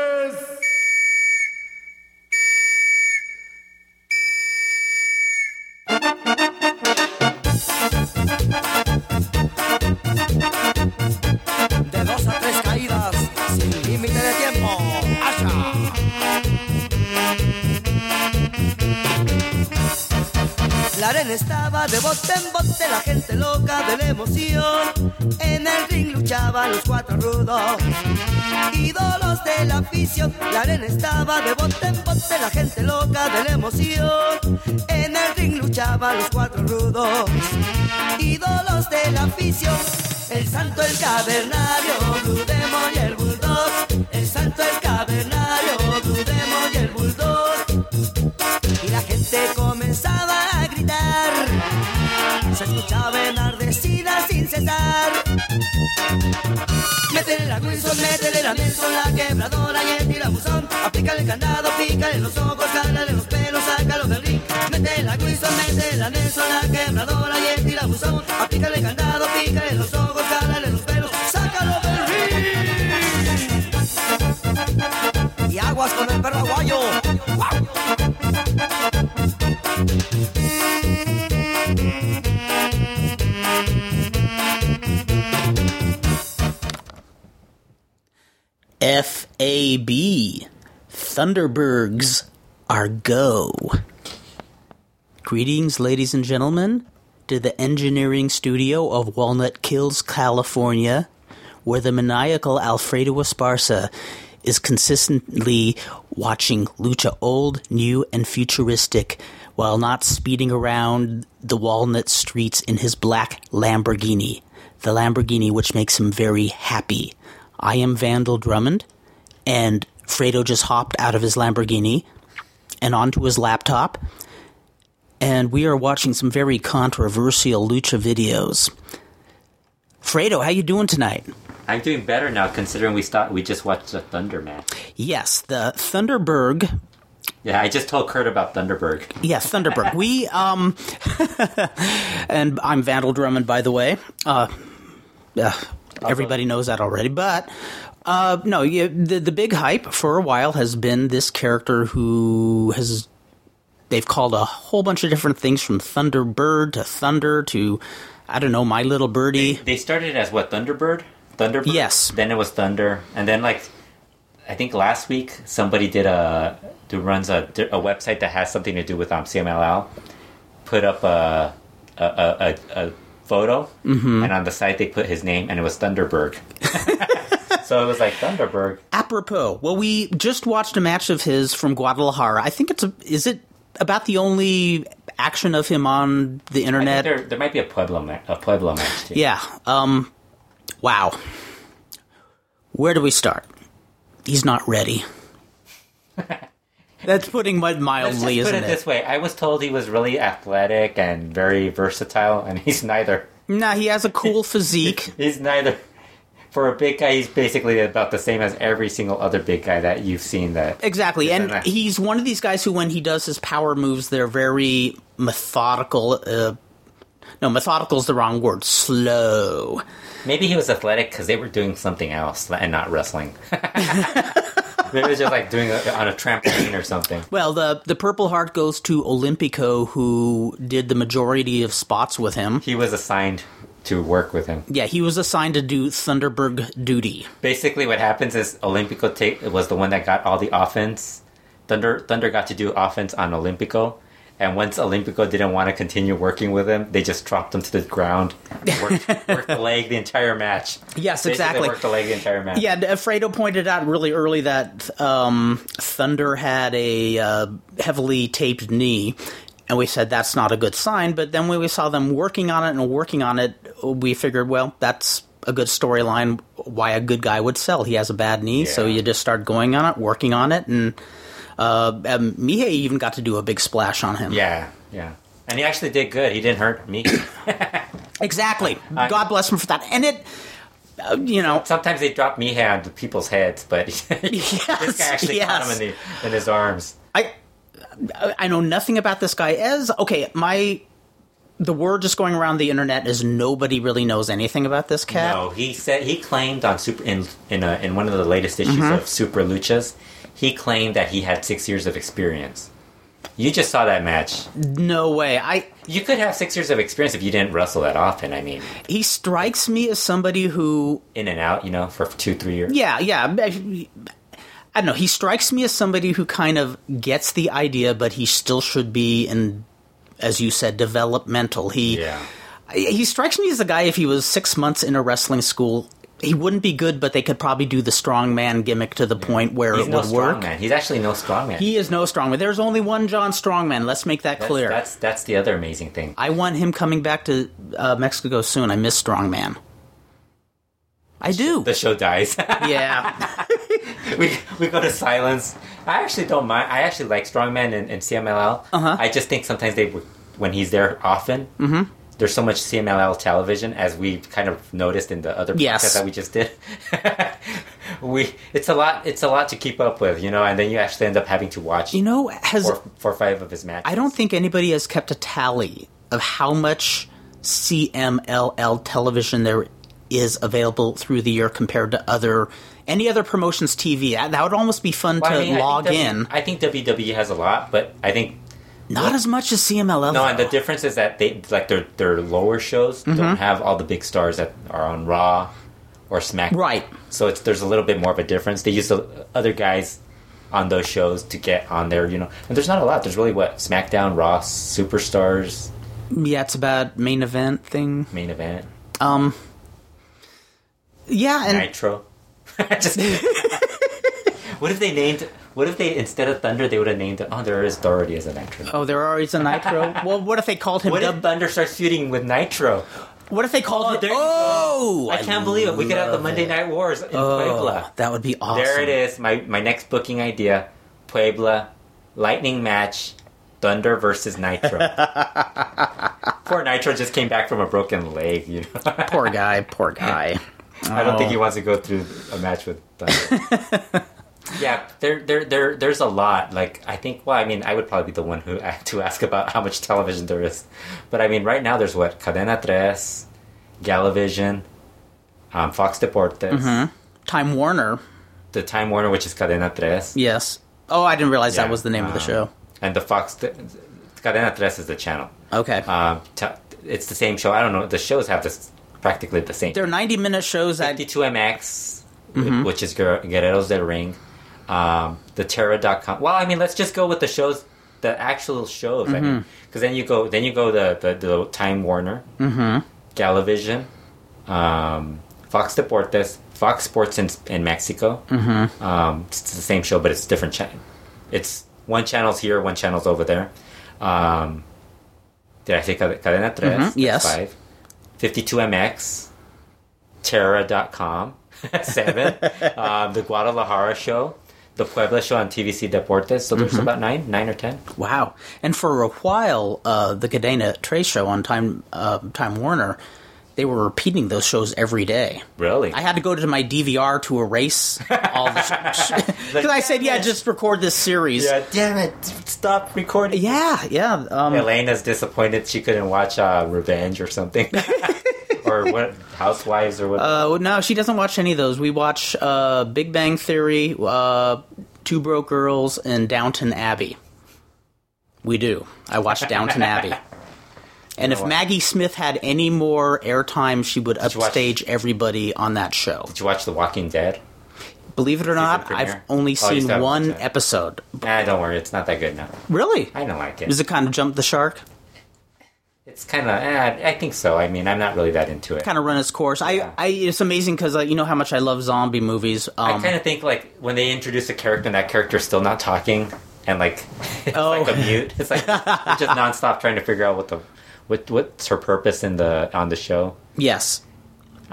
luchadores. De dos a tres caídas, sin límite de tiempo. ¡Asha! La arena estaba de bote en bote, la gente loca de la emoción. En el ring luchaban los cuatro rudos, ídolos de la afición. La arena estaba de bote en bote, la gente loca de la emoción. En el ring luchaban los cuatro rudos, ídolos de la afición. El santo, el cavernario, Blue Demon y el bulldog. El santo, el cavernario, Blue Demon y el bulldog y la gente comenzaba a gritar. Se escuchaba enardecida sin cesar. Métele la Wilson, métele la Nelson, la quebradora y el tirabuzón. Aplícale el candado, pícale los ojos, cálale los pelos, sácalo del ring. Métele la Wilson, métele la Nelson, la quebradora y el tirabuzón. Aplícale el candado, pícale los ojos, cálale los pelos, sácalo del ring. Y aguas con el perro aguayo. ¡Guau! FAB. Thunderbergs are go. Greetings, ladies and gentlemen, to the engineering studio of Walnut Kills, California, where the maniacal Alfredo Esparza is consistently watching lucha old, new, and futuristic while not speeding around the walnut streets in his black Lamborghini, the Lamborghini which makes him very happy. I am Vandal Drummond, and Fredo just hopped out of his Lamborghini and onto his laptop, and we are watching some very controversial lucha videos. Fredo, how you doing tonight? I'm doing better now considering we stopped, we just watched the Thunder match. Yes, the Thunderberg. Yeah, I just told Kurt about Thunderberg. Yeah, Thunderberg. we um, and I'm Vandal Drummond, by the way. Uh, uh, everybody knows that already, but uh, no, you, the the big hype for a while has been this character who has they've called a whole bunch of different things from Thunderbird to Thunder to I don't know My Little Birdie. They started as what Thunderbird, Thunderbird. Yes. Then it was Thunder, and then like I think last week somebody did a who runs a, a website that has something to do with um, CMLL put up a a, a, a, a photo, and on the site they put his name, and it was Thunderberg. so it was like Thunderberg. Apropos, well, we just watched a match of his from Guadalajara. I think it's a, is it about the only action of him on the I think internet? there, there might be a Pueblo ma- a Pueblo match too. Yeah. Um wow. Where do we start? He's not ready. That's putting it Let's just put mildly, it, isn't it? this way: I was told he was really athletic and very versatile, and he's neither. Nah, he has a cool physique. He's neither. For a big guy, he's basically about the same as every single other big guy that you've seen. That Exactly. And Isn't it? he's one of these guys who when he does his power moves, they're very methodical uh no, methodical is the wrong word. Slow. maybe he was athletic because they were doing something else and not wrestling. maybe it was just like doing it on a trampoline or something. Well, the the Purple Heart goes to Olympico, who did the majority of spots with him. He was assigned to work with him. Yeah, he was assigned to do Thunderberg duty. Basically, what happens is Olympico take, was the one that got all the offense. Thunder Thunder got to do offense on Olympico, and once Olympico didn't want to continue working with him, they just dropped him to the ground, worked, worked the leg the entire match. Yes, Basically exactly. Worked the leg the entire match. Yeah, and Fredo pointed out really early that um, Thunder had a uh, heavily taped knee, and we said that's not a good sign. But then when we saw them working on it and working on it, we figured, well, that's a good storyline. Why a good guy would sell? He has a bad knee, so Yeah. you just start going on it, working on it, and uh, um, Mihei even got to do a big splash on him. yeah, yeah. And he actually did good. He didn't hurt me. exactly. I- God bless him for that. And it, uh, you know, Sometimes they drop me on people's heads, but this guy actually caught yes. him in, the, in his arms. I I know nothing about this guy. As okay, my the word just going around the internet is nobody really knows anything about this cat. No, he said he claimed on super in in, a, in one of the latest issues Mm-hmm. of Super Luchas, he claimed that he had six years of experience. You just saw that match. No way. I You could have six years of experience if you didn't wrestle that often. I mean, he strikes me as somebody who in and out, you know, for two, three years. yeah, yeah. I, I don't know. He strikes me as somebody who kind of gets the idea, but he still should be in, as you said, developmental. He Yeah. he strikes me as a guy if he was six months in a wrestling school. He wouldn't be good, but they could probably do the strongman gimmick to the point where He's it no would work. strongman. He's actually no strongman. He is no strongman. There's only one John Strongman. Let's make that that's, clear. That's that's the other amazing thing. I want him coming back to uh, Mexico soon. I miss Strongman. I do. The show dies. Yeah. we we go to silence. I actually don't mind. I actually like Strongman and, and CMLL. Uh-huh. Mm-hmm. I just think sometimes they, when he's there often, there's so much CMLL television as we kind of noticed in the other Yes. podcast that we just did. we it's a lot. It's a lot to keep up with, you know. And then you actually end up having to watch You know, has four, four or five of his matches. I don't think anybody has kept a tally of how much CMLL television there is available through the year compared to other any other promotions TV. That that would almost be fun Well, to I mean, I think log W- in. I think WWE has a lot, but I think Not as much as CMLL. No, and the difference is that they like their their lower shows Mm-hmm. don't have all the big stars that are on Raw or SmackDown. Right. So it's there's a little bit more of a difference. They use the other guys on those shows to get on there, you know. And there's not a lot. There's really what SmackDown, Raw, Superstars, yeah, it's about main event thing. main event, Um Yeah, and Nitro. Just what if they named? What if they instead of Thunder they would have named? Oh, there is Doherty as a Nitro. oh, there are always a Nitro. well, what if they called him What if Dub- Thunder starts feuding with Nitro? What if they called Oh, him there you Oh, go. I can't believe it. We could have the love Monday it. Night Wars in Puebla. Oh, that would be awesome. There it is. My my next booking idea: Puebla lightning match, Thunder versus Nitro. Poor Nitro just came back from a broken leg. You know, Poor guy, poor guy. I don't think he wants to go through a match with Thunder. yeah, there there there there's a lot. Like I think. Well, I mean, I would probably be the one who to ask about how much television there is, but I mean, right now there's what Cadena Tres, Galavision, um, Fox Deportes, Time Warner, the Time Warner, which is Cadena Tres. yes. Oh, I didn't realize Yeah, that was the name of the um, show. and the Fox Cadena Tres is the channel. Okay. Um, t- it's the same show. I don't know. The shows have this practically the same. They're Mm-hmm. 90 minute shows that. 52MX, which is Guer- Guerreros del Ring, um, the Terra.com. Well, I mean, let's just go with the shows, the actual shows. I Mm-hmm. mean, because then you go, then you go the the, the Time Warner, mm-hmm. Galavision, um, Fox Deportes, Fox Sports in, in Mexico. Mm-hmm. Um, it's the same show, but it's different channel. It's one channel's here, one channel's over there. Um, did I say Cade- Cadena Tres? That's Mm-hmm. yes. Five. 52MX, Terra.com, seven, um, the Guadalajara show, the Puebla show on TVC Deportes. So Mm-hmm. there's about nine, nine or ten. Wow. And for a while, uh, the Cadena Trey show on Time uh, Time Warner, they were repeating those shows every day. Really? I had to go to my DVR to erase all the Because I said, yeah, just record this series. yeah, damn it! Stop recording. Yeah, yeah. Um, Elena's disappointed she couldn't watch uh, Revenge or something, or what Housewives or what. Uh, well, no, she doesn't watch any of those. We watch uh, Big Bang Theory, uh, Two Broke Girls, and Downton Abbey. We do. I watch Downton Abbey. And if Maggie Smith had any more airtime, she would you watch- upstage everybody on that show. Did you watch The Walking Dead? Believe it or not, premiere? I've only Oh, you seen still haven't one watched it. episode. Nah, don't worry, it's not that good now. Really? I don't like it. Does it kind of jump the shark? It's kind of. Eh, I think so. I mean, I'm not really that into it. Kind of run its course. I, I it's amazing because uh, you know how much I love zombie movies. I Um, kind of think like when they introduce a character and that character's still not talking and like it's Oh. like a mute. It's like they're just nonstop trying to figure out what the what what's her purpose in the on the show. yes.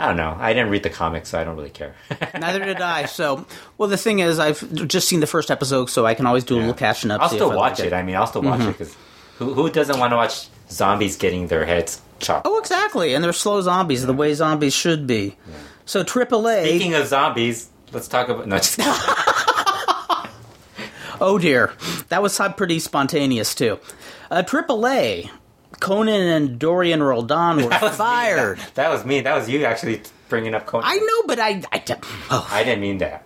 I don't know. I didn't read the comics, so I don't really care. Neither did I. So, well, the thing is, I've just seen the first episode, so I can always do a little catching up. I'll see still if I watch like Mm-hmm. it. I mean, I'll still watch it 'cause it because who who doesn't want to watch zombies getting their heads chopped? Oh, exactly. And they're slow zombies, the way zombies should be. So, AAA. Speaking of zombies, let's talk about no. Just kidding. oh dear, that was so- pretty spontaneous too. Uh, AAA Conan and Dorian Roldan were fired. That was me. That was you actually bringing up Conan. I know, but I, I, d- oh, I didn't mean that.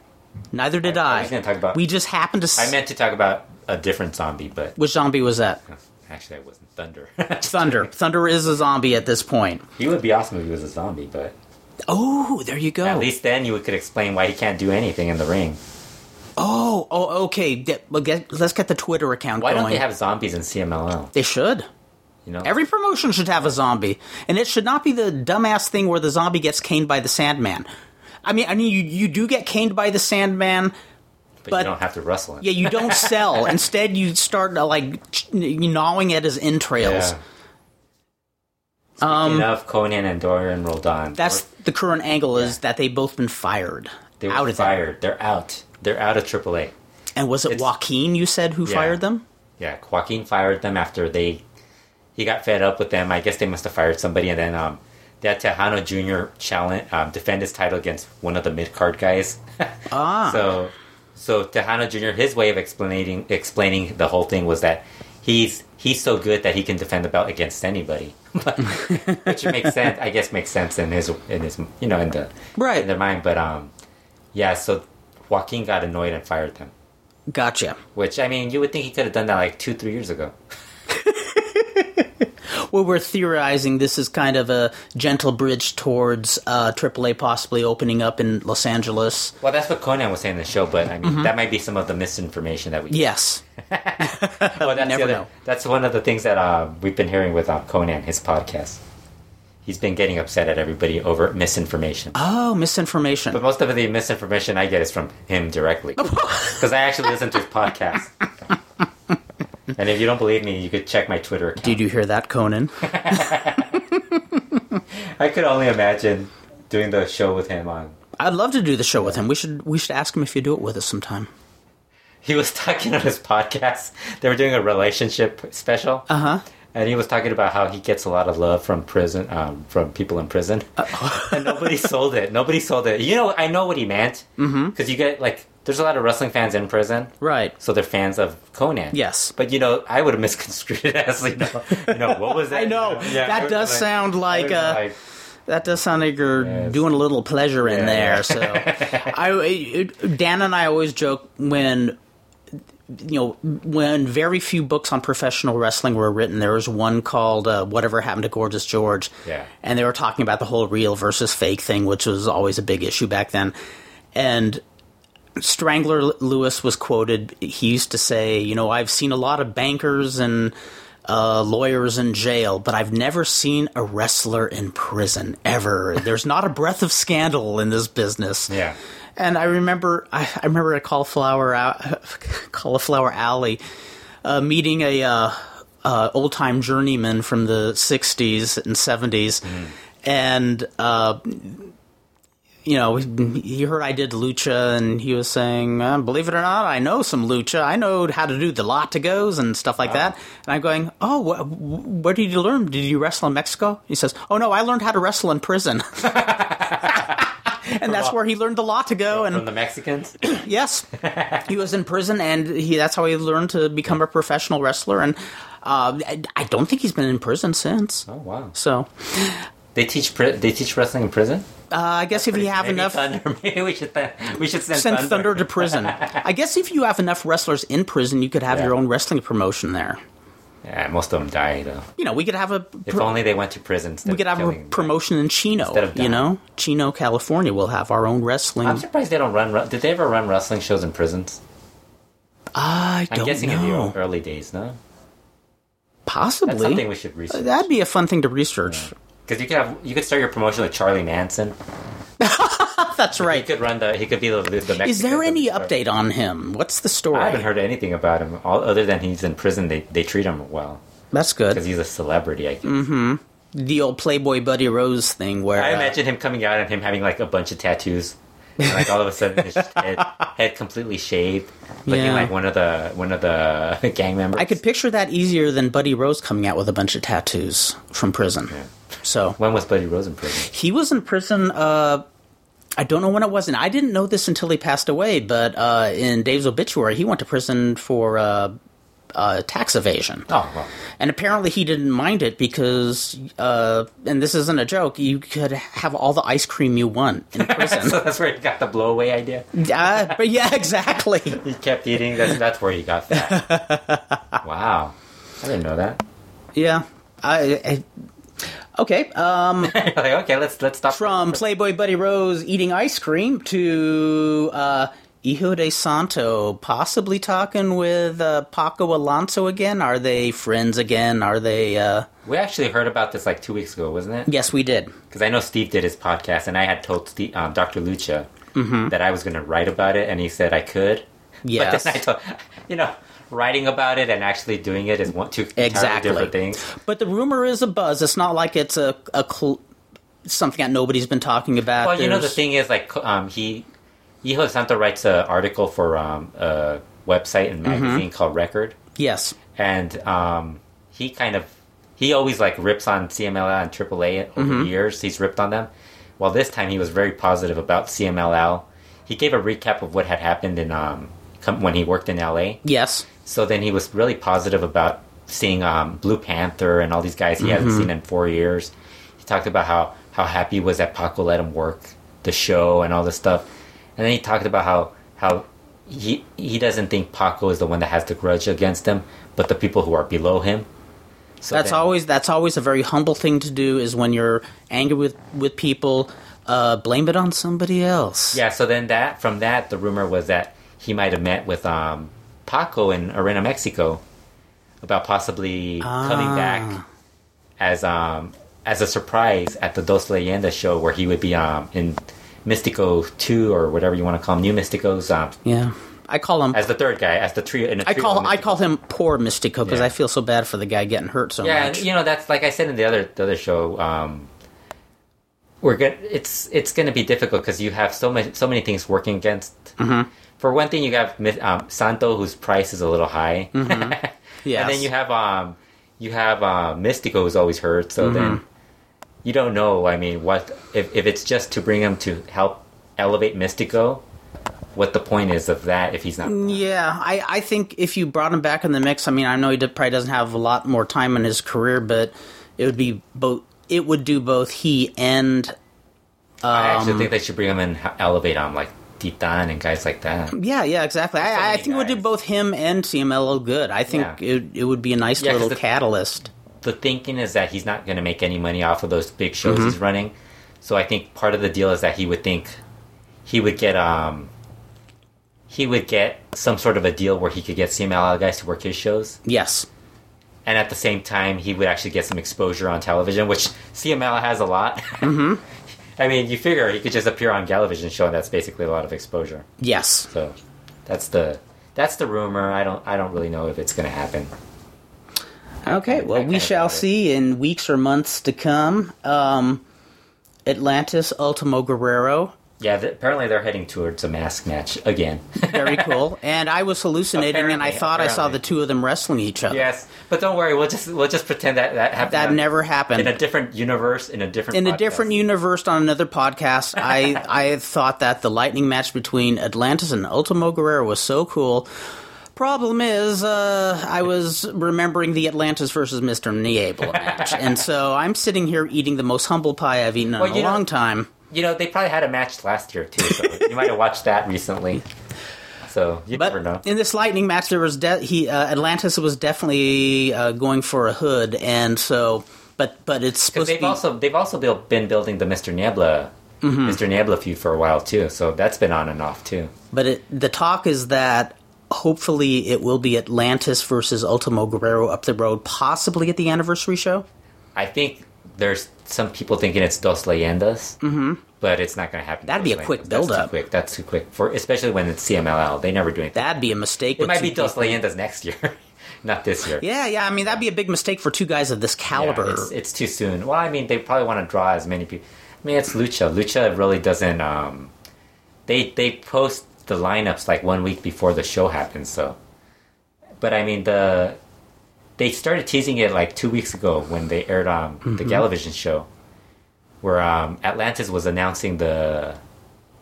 neither did I I. was gonna talk about- we just happened to. s- I meant to talk about a different zombie, but which zombie was that? actually, I wasn't Thunder. Thunder. Thunder is a zombie at this point. he would be awesome if he was a zombie, but Oh, there you go. at least then you could explain why he can't do anything in the ring. oh, oh, okay. D- well, get- let's get the Twitter account Why going. don't they have zombies in CMLL? They should. You know, Every promotion should have a zombie, and it should not be the dumbass thing where the zombie gets caned by the Sandman. I mean, I mean, you you do get caned by the Sandman. but, but- you don't have to wrestle him. Yeah, you don't sell. Instead, you start uh, like ch- gnawing at his entrails. Um, Enough. Conan and Dorian Roldan. That's the current angle is that they've both been fired. they were out of there. fired. They're out. They're out of AAA. And was it It's- Joaquin you said who Yeah. fired them? Yeah, Joaquin fired them after they he got fed up with them. I guess they must have fired somebody, and then um, they had Tejano Jr. challenge um, defend his title against one of the mid card guys. Ah, so, so Tejano Jr. his way of explaining explaining the whole thing was that he's he's so good that he can defend the belt against anybody, But- which makes sense. I guess makes sense in his in his you know in the Right. in their mind. But um, yeah. So Joaquin got annoyed and fired them. gotcha. Which I mean, you would think he could have done that like two, three years ago. Well, we're theorizing this is kind of a gentle bridge towards uh, AAA possibly opening up in Los Angeles. Well, that's what Conan was saying in the show, but I mean, Mm-hmm. that might be some of the misinformation that we. Yes. well, that's never the other, know. That's one of the things that uh, we've been hearing with uh, Conan, his podcast. He's been getting upset at everybody over misinformation. Oh, misinformation. But most of the misinformation I get is from him directly. Because I actually listen to his podcast. and if you don't believe me, you could check my Twitter account. Did you hear that, Conan? I could only imagine doing the show with him on I'd love to do the show with him. We should we should ask him if you do it with us sometime. he was talking on his podcast. They were doing a relationship special. Uh-huh. And he was talking about how he gets a lot of love from prison, um, from people in prison. and nobody sold it. Nobody sold it. You know, I know what he meant. Because mm-hmm. you get, like, there's a lot of wrestling fans in prison. Right. So they're fans of Conan. Yes. But, you know, I would have misconstrued it as, you know, you know what was that? I know. That it does was sound like, it was uh, like- That does sound like you're Yes. doing a little pleasure in there. Yeah. So, I it- Dan and I always joke when you know when very few books on professional wrestling were written. There was one called uh, "Whatever Happened to Gorgeous George," Yeah. and they were talking about the whole real versus fake thing, which was always a big issue back then. And Strangler L- Lewis was quoted. He used to say, "You know, I've seen a lot of bankers and." uh, lawyers in jail, but I've never seen a wrestler in prison ever. There's not a breath of scandal in this business. yeah. And I remember, I, I remember at Cauliflower Ou- Cauliflower Alley, uh, meeting a uh, uh, old time journeyman from the '60s and '70s, and uh, you know, he heard I did lucha, and he was saying, uh, "Believe it or not, I know some lucha. I know how to do the latigos and stuff like that." And I'm going, "Oh, wh- wh- where did you learn? Did you wrestle in Mexico?" He says, "Oh no, I learned how to wrestle in prison." And that's where he learned the latigo, and From the Mexicans? Yes, he was in prison, and he, that's how he learned to become a professional wrestler. And uh, I, I don't think he's been in prison since. Oh, wow. So They teach, pri- they teach wrestling in prison? uh, I guess if you have Maybe enough, Thunder. Maybe we should, th- we should send, send Thunder. Thunder to prison. I guess if you have enough wrestlers in prison, you could have Yeah. your own wrestling promotion there. Yeah, most of them die though. You know, we could have a If pro- only they went to prison. Instead we could of have a killing them. promotion in Instead Chino. of You dying. know, Chino, California. We'll have our own wrestling. I'm surprised they don't run. Did they ever run wrestling shows in prisons? I I'm don't guessing know. in the early days, no. Possibly. That's something we should research. That'd be a fun thing to research. Because you could have you could start your promotion with Charlie Manson. That's He right. could run the. He could be the. the Mexican Is there any or- update on him? What's the story? I haven't heard anything about him, all, other than he's in prison. They they treat him well That's because good. he's a celebrity. I, guess. The old Playboy Buddy Rose thing, where I uh, imagine him coming out and him having like a bunch of tattoos, and, like all of a sudden his head, head completely shaved, looking Yeah. like one of the one of the gang members. I could picture that easier than Buddy Rose coming out with a bunch of tattoos from prison. So When was Buddy Rose in prison? he was in prison. Uh, I don't know when it was, and I didn't know this until he passed away. But uh, in Dave's obituary, he went to prison for uh, uh, tax evasion. Oh, well. And apparently he didn't mind it because, uh, and this isn't a joke, you could have all the ice cream you want in prison. So that's where he got the blow away idea. uh, but yeah, exactly. He kept eating. That's, that's where he got that. wow. I didn't know that. Yeah. I, I, okay. Um, like, okay, let's let's stop. from Playboy Buddy Rose eating ice cream to uh, Hijo de Santo possibly talking with uh, Paco Alonso again. Are they friends again? Are they. Uh... we actually heard about this like two weeks ago, wasn't it? Yes, we did. Because I know Steve did his podcast, and I had told Steve, um, Dr. Lucha Mm-hmm. that I was going to write about it, and he said I could. Yes. But then I told, you know, writing about it and actually doing it is one two entirely Exactly. different things. But the rumor is a buzz. It's not like it's a, a cl- something that nobody's been talking about. Well, you know, the There's- thing is, like, um, he, Hijo de Santo writes an article for um, a website and Mm-hmm. magazine called Record, Yes. and um, he kind of, he always like rips on CMLL and AAA over Mm-hmm. the years. He's ripped on them. Well, this time he was very positive about CMLL. He gave a recap of what had happened in um, com- when he worked in LA. Yes. So then he was really positive about seeing um, Blue Panther and all these guys he Mm-hmm. hadn't seen in four years. He talked about how, how happy he was that Paco let him work the show and all this stuff. And then he talked about how how he he doesn't think Paco is the one that has the grudge against him, but the people who are below him. So That's then- always that's always a very humble thing to do is when you're angry with with people, uh, blame it on somebody else. Yeah. So then that from that the rumor was that he might have met with um, Paco in Arena, Mexico, about possibly coming back as um as a surprise at the Dos Leyendas show where he would be um in Mystico two or whatever you want to call him, New Mysticos um Yeah. I call him as the third guy as the trio in a I trio call of I Mystico. call him poor Mystico because Yeah. I feel so bad for the guy getting hurt so yeah much. and, you know that's like I said in the other the other show um we're gonna it's it's gonna be difficult because you have so much so many things working against. Mm-hmm. For one thing, you have Mi- um, Santo, whose price is a little high. Mm-hmm. Yes. And then you have um, you have uh, Mystico who's always hurt. So then Mm-hmm. you don't know. I mean, what if if it's just to bring him to help elevate Mystico? What the point is of that if he's not? Yeah, I, I think if you brought him back in the mix, I mean, I know he did, probably doesn't have a lot more time in his career, but it would be both. It would do both he and I Um, actually think they should bring him and h- elevate him like Titan and guys like that. yeah, yeah, exactly. I, I many think it would do guys. both him and CMLL good. I think Yeah. it it would be a nice Yeah, 'cause little the- catalyst. The thinking is that he's not going to make any money off of those big shows he's running. So I think part of the deal is that he would think he would get um he would get some sort of a deal where he could get CMLL guys to work his shows. Yes, and at the same time he would actually get some exposure on television which cml has a lot i mean you figure he could just appear on television show and that's basically a lot of exposure yes. so that's the that's the rumor i don't i don't really know if it's going to happen Okay, well, I we kinda shall doubt it. see in weeks or months to come. Um, Atlantis Ultimo Guerrero, yeah th- apparently they're heading towards a mask match again very cool. and I was hallucinating, and I Apparently, thought I saw apparently. the two of them wrestling each other. yes but don't worry we'll just we'll just pretend that that happened That on- never happened. in a different universe in a different in a podcast. different universe on another podcast, I I thought that the lightning match between Atlantis and Ultimo Guerrero was so cool. Problem is, uh, I was remembering the Atlantis versus Mr. Niebla match, and so I'm sitting here eating the most humble pie I've eaten in Well, a you know- long time. you know they probably had a match last year too so you might have watched that recently so you never know But in this lightning match, there was de- he uh, Atlantis was definitely uh, going for a hood, and so but but it's supposed to they've be also they've also built, been building the Mr. Niebla Mm-hmm. Mr. Niebla feud for a while too, so that's been on and off too. But it, the talk is that hopefully it will be Atlantis versus Ultimo Guerrero up the road, possibly at the anniversary show. I think there's some people thinking it's Dos Leyendas, mm-hmm. but it's not going to happen. That'd be Dos a quick Leyendas. That's too buildup. quick. That's too quick for especially when it's CMLL. They never do anything. That'd be a mistake. it might be Dos Leyendas next year, not this year. Yeah, yeah. I mean, that'd be a big mistake for two guys of this Yeah, caliber. it's, it's too soon. Well, I mean, they probably want to draw as many people. I mean, it's Lucha. Lucha really doesn't. Um, they they post the lineups like one week before the show happens. So, but I mean the they started teasing it like two weeks ago when they aired um, Mm-hmm. the television show, where um, Atlantis was announcing the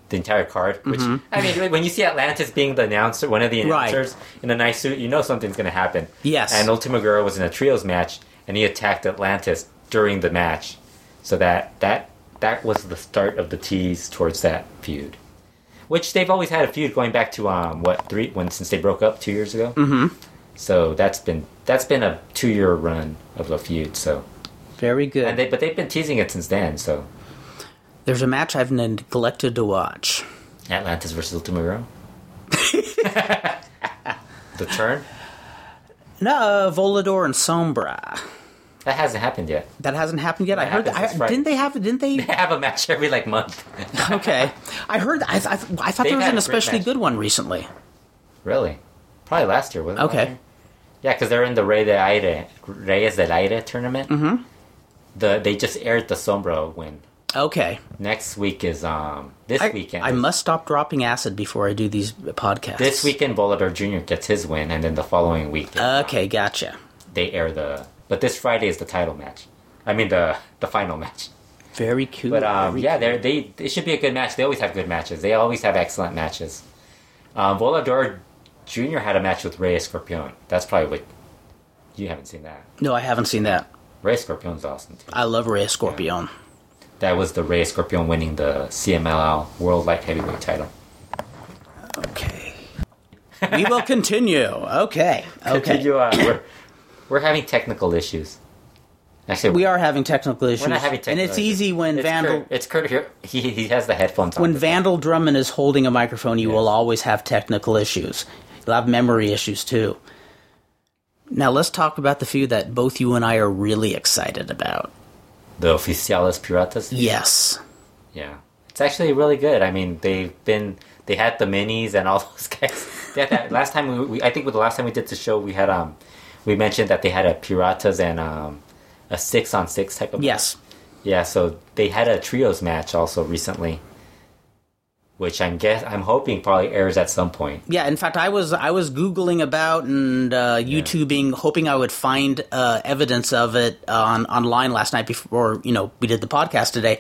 the entire card. Which I mean, like, when you see Atlantis being the announcer, one of the Mm-hmm. Right. announcers in a nice suit, you know something's going to happen. Yes. And Ultima Girl was in a trios match, and he attacked Atlantis during the match, so that that that was the start of the tease towards that feud. Which they've always had a feud going back to um what three when since they broke up two years ago. Mm-hmm. So that's been that's been a two year run of a feud. So Very good. and they but they've been teasing it since then. So There's a match I've neglected to watch. Atlantis versus Ultima Girl. the turn No, uh, Volador and Sombra. that hasn't happened yet. That hasn't happened yet. I That heard. happens, I, that's right. Didn't they have? Didn't they? They have a match every like month. okay, I heard. I, I, I thought They've there was had an a great especially match. good one recently. really, probably last year wasn't it? Okay, Yeah, because they're in the Rey de Aire, Reyes del Aire tournament. Mm-hmm. The they just aired the Sombra win. okay. Next week is um this I, weekend. I is- must stop dropping acid before I do these podcasts. this weekend Volador Jr. gets his win, and then the following week Okay, gotcha. they air the. But this Friday is the title match. I mean the the final match. Very cool. But um, Very yeah, cool. they're, they it should be a good match. They always have good matches. They always have excellent matches. Um, Volador Jr. had a match with Rey Escorpion. That's probably what you haven't seen that. No, I haven't seen that. Rey Escorpion's awesome too. I love Rey Scorpion. That was the Rey Escorpion winning the CMLL World Light Heavyweight title. Okay. we will continue. Okay. Okay. Continue on. uh, We're, we're having technical issues. Actually, We are having technical issues. We're not having technical and it's issues. easy when It's Vandal Kurt, it's Kurt here. He, he has the headphones on. when Vandal Drummond is holding a microphone, you will always have technical issues. You'll have memory issues too. Now let's talk about the feud that both you and I are really excited about. the Oficiales Piratas. Yes. Yeah, it's actually really good. I mean, they've been they had the minis and all those guys. They had that last time we, we I think with the last time we did the show, we had um we mentioned that they had a piratas and um a six on six type of Yes. yeah. So they had a trios match also recently, which I'm guess I'm hoping probably airs at some point. Yeah, in fact, I was I was googling about and uh, YouTubing, hoping I would find uh, evidence of it on online last night before you know we did the podcast today.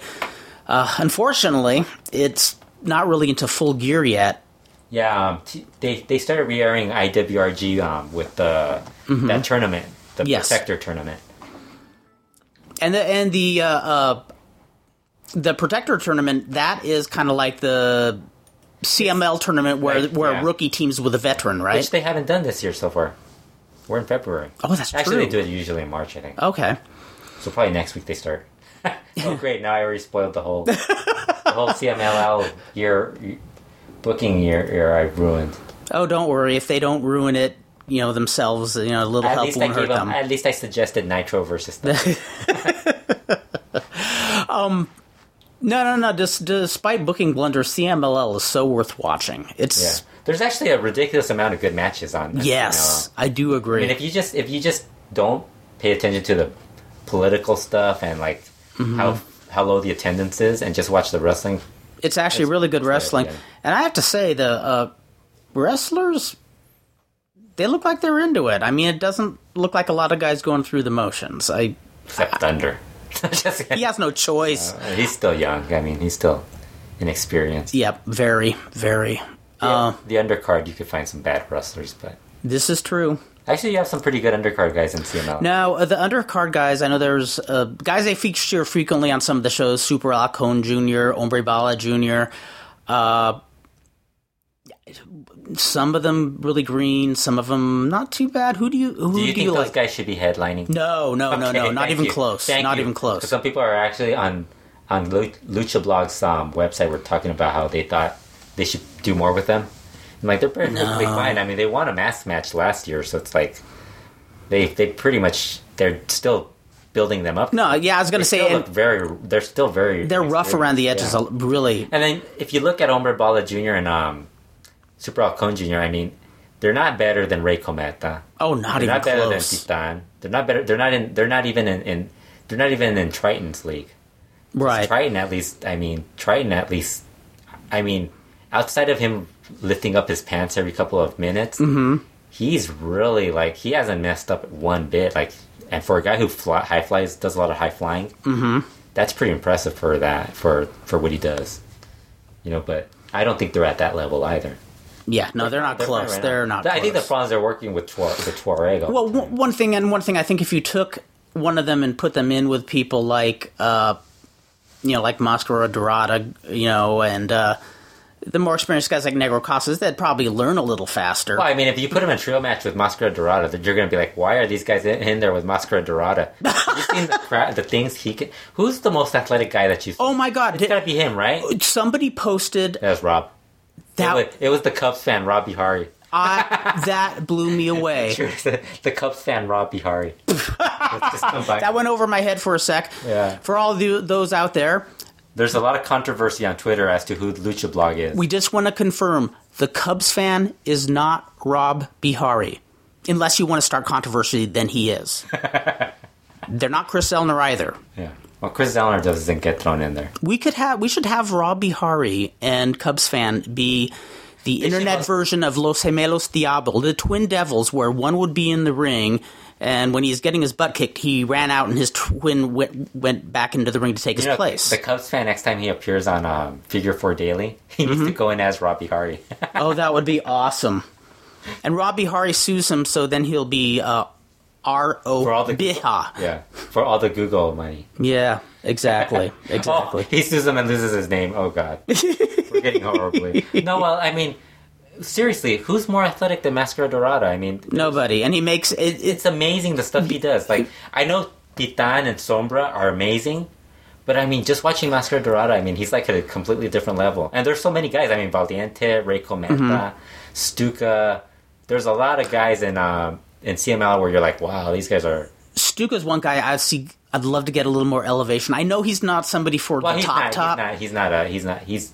Uh, unfortunately, it's not really into full gear yet. Yeah, um, t- they they started re-airing IWRG um with the that tournament, the Mm-hmm. Yes. Protector tournament. and the and the uh, uh, the protector tournament that is kind of like the CML tournament where Right, where yeah. rookie teams with a veteran, right? Which they haven't done this year so far. We're in February. Oh, that's Actually, they do true. it usually in March, I think. okay, So probably next week they start. oh, great! Now I already spoiled the whole the whole CMLL year booking year. year I ruined. oh don't worry if they don't ruin it, you know themselves, you know a little At help least I won't hurt gave them. them. At least I suggested Nitro versus. Them. no, no, no. Just, despite booking blunders, CMLL is so worth watching. yeah, It's there's actually a ridiculous amount of good matches on. the yes, I do CMLL. agree. and if you just if you just don't pay attention to the political stuff and like Mm-hmm. how how low the attendance is and just watch the wrestling it's actually really good wrestling, yeah. and I have to say the uh, wrestlers. They look like they're into it. I mean, it doesn't look like a lot of guys going through the motions. I except Thunder. Just- he has no choice. He's still young. I mean, he's still inexperienced. yep, very, very. Uh, the undercard, you could find some bad wrestlers, but this is true. actually, you have some pretty good undercard guys in CML. Now, uh, the undercard guys, I know there's uh, guys they feature frequently on some of the shows Super Alcon Jr., Ombre Bala Jr. Uh, some of them really green, some of them not too bad. Who do you who do do you you, think those like? guys should be headlining? No, no, no, Okay, no, not thank even you. close. Thank not you. even 'Cause close. Some people are actually on on Lu- Lucha Blog's um, website were talking about how they thought they should do more with them. And like they're perfectly fine. I mean, they won a mass match last year, so it's like they they pretty much they're still building them up. No, yeah, I was going to they still say, look and very. They're still very. they're rough around the edges, Yeah. a- really. And then if you look at Omar Bala Jr. and um, Super Alcon Jr., I mean, they're not better than Rey Cometa. Oh, not They're even not better than close. Titan. They're not better. They're not in. They're not even in. in they're not even in Triton's league. Right. Triton, at least. I mean, Triton, at least. I mean, outside of him lifting up his pants every couple of minutes, Mm-hmm. he's really like he hasn't messed up one bit. Like, and for a guy who fly, high flies, does a lot of high flying, mm-hmm. that's pretty impressive for that for for what he does. You know, but I don't think they're at that level either. Yeah, no, they're not close. right they're now. not. I think the close. prawns are working with Tuar- the Tuareg. all Well, the time. one one thing and one thing I think if you took one of them and put them in with people like uh, you know like Mosca or Dorada, you know, and uh, the more experienced guys like Negro Casas, they'd probably learn a little faster. Well, I mean, if you put him in a trio match with Mascara Dorada, then you're going to be like, why are these guys in, in there with Mascara Dorada? You've seen the, cra- the things he can. Who's the most athletic guy that you? Oh my God! it's did- got to be him, right? somebody posted That was Rob. that. it, was, it was the Cubs fan Rob Bihari. I, that blew me away. the Cubs fan Rob Bihari. Let's just come back. That went over my head for a sec. Yeah. For all the, those out there, There's a lot of controversy on Twitter as to who Lucha Blog is. we just want to confirm the Cubs fan is not Rob Bihari. Unless you want to start controversy, then he is. They're not Chris Elner either. yeah. Well, Chris Zellner doesn't get thrown in there. We could have we should have Rob Bihari and Cubs fan be the internet have- version of Los Gemelos Diablo, the twin devils, where one would be in the ring, and when he's getting his butt kicked, he ran out and his twin went, went back into the ring to take his You know, place. The Cubs fan next time he appears on um, Figure Four Daily, he needs Mm-hmm. to go in as Rob Bihari. oh, that would be awesome. And Rob Bihari sues him, so then he'll be uh, R O For all the- Biha. yeah, for all the Google money. Yeah, exactly, exactly. Oh, he sues him and loses his name. Oh God, we're getting horribly. No, well, I mean, seriously, who's more athletic than Mascara Dorada? I mean, Nobody, and he makes it. it it's amazing the stuff he does. Like, I know Titan and Sombra are amazing, but I mean, just watching Mascara Dorada, I mean, he's like at a completely different level. And there's so many guys. I mean, Valiente, Rey Cometa, Stuka. There's a lot of guys in um, in CML where you're like, wow, these guys are. Stuka's one guy I see. I'd love to get a little more elevation. I know he's not somebody for Well, the he's top not, top. He's not. He's not. Uh, he's not. He's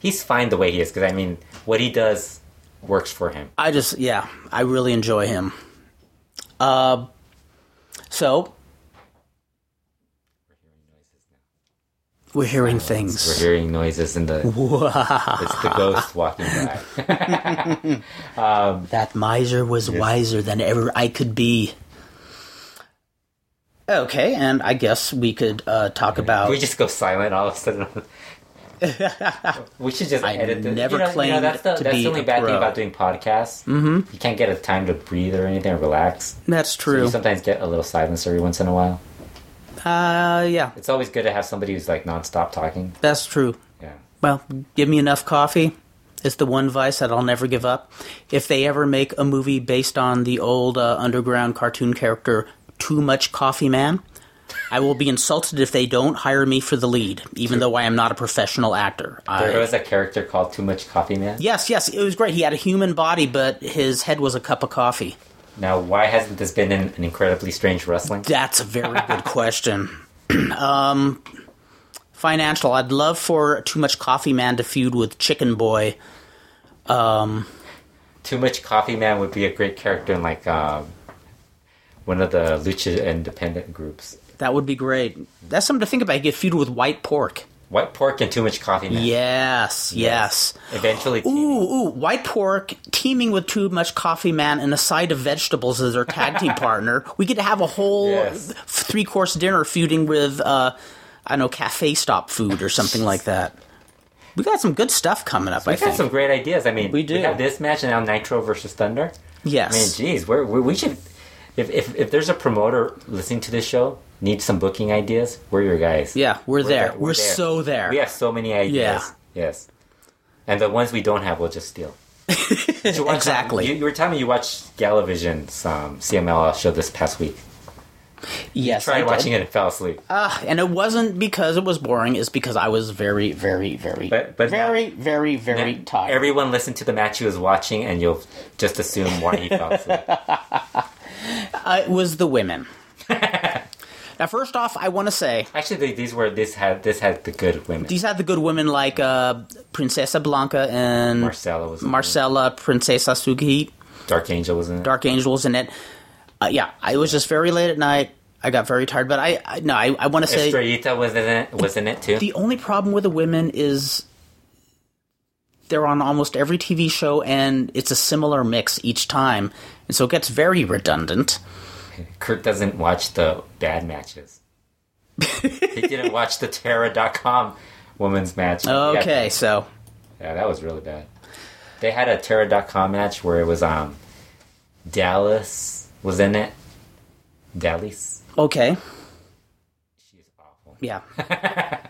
he's fine the way he is because I mean, what he does works for him. I just yeah, I really enjoy him. Uh, so we're hearing We're things. hearing noises in the. It's the ghost walking by. That miser was wiser than ever I could be. Okay, and I guess we could uh, talk about. we just go silent all of a sudden. we should just edit this. never you know, you know, claimed that's the, to that's be the only a bad pro. thing about doing podcasts. Mm-hmm. You can't get a time to breathe or anything or relax. That's true. You sometimes get a little silence every once in a while. Uh, yeah, It's always good to have somebody who's like nonstop talking. that's true. Yeah. Well, give me enough coffee. It's the one vice that I'll never give up. If they ever make a movie based on the old uh, underground cartoon character Too Much Coffee Man, I will be insulted if they don't hire me for the lead, even though I am not a professional actor. There I, was a character called Too Much Coffee Man. yes, yes, it was great. He had a human body, but his head was a cup of coffee. Now, why hasn't this been an, an incredibly strange wrestling? That's a very good question. um, financial. I'd love for Too Much Coffee Man to feud with Chicken Boy. Too much coffee man would be a great character in like um, one of the lucha independent groups. That would be great. That's something to think about. You get feuded with white pork. White pork and too much coffee man. Yes, yes. Eventually, teaming. Ooh, ooh, white pork teaming with too much coffee man and a side of vegetables as their tag team partner. We get to have a whole Yes. three course dinner feuding with, uh, I don't know, cafe stop food or something like that. We got some good stuff coming up, I We've had think. some great ideas. I mean, we do. We have this match and now Nitro versus Thunder. I mean, yes. geez, we're, we we should. If, if if there's a promoter listening to this show, need some booking ideas, we're your guys. yeah, we're, there. We're, there. so there. We have so many ideas. Yeah. Yes. And the ones we don't have, we'll just steal. Did you watch- Exactly. You, you were telling me you watched Galavision's um, CML show this past week. yes. I Tried did. watching it and fell asleep. Ah, and it wasn't because it was boring. It's because I was very, very, very, But- but now- very, very, very tired. Everyone listened to the match he was watching, and you'll just assume why he fell asleep. Uh, it was the women. now, first off, I want to say Actually, they, these were this had this had the good women. these had the good women like uh, Princesa Blanca and Marcella was in it. Marcella, Princesa Sugi, Dark Angel was in it. Dark Angel was in it. Uh, yeah, I was just very late at night. I got very tired, but I, I no, I, I want to say Estrellita was in it. Was in it too. the only problem with the women is they're on almost every TV show, and it's a similar mix each time, and so it gets very redundant. Kurt doesn't watch the bad matches. he didn't watch the Terra.com women's match. Okay, so Yeah, Yeah, that was really bad. They had a Terra.com match where it was um Dallas was in it. Dallas. Okay. She's awful. Yeah.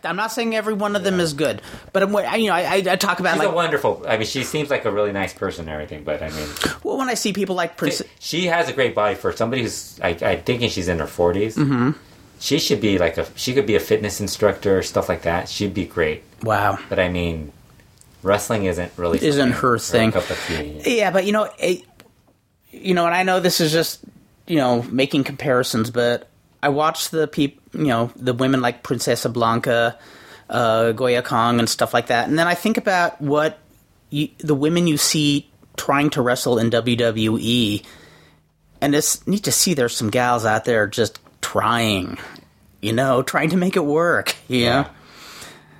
I'm not saying every one of them is good, but I'm, I- you know, I, I, I talk about She's like a wonderful. I mean, she seems like a really nice person and everything, but I mean, well, when I see people like Prince, she has a great body for somebody who's. I, I'm thinking she's in her 40s. Mm-hmm. She should be like a. She could be a fitness instructor, stuff like that. She'd be great. wow. But I mean, wrestling isn't really Isn't something- her thing. cup of tea. Yeah, but you know, it, you know, and I know this is just you know making comparisons, but I watched the peop, you know, the women like Princesa Blanca, uh, Goya Kong, and stuff like that, and then I think about what you, the women you see trying to wrestle in WWE, and it's neat to see there's some gals out there just trying, you know, trying to make it work. yeah.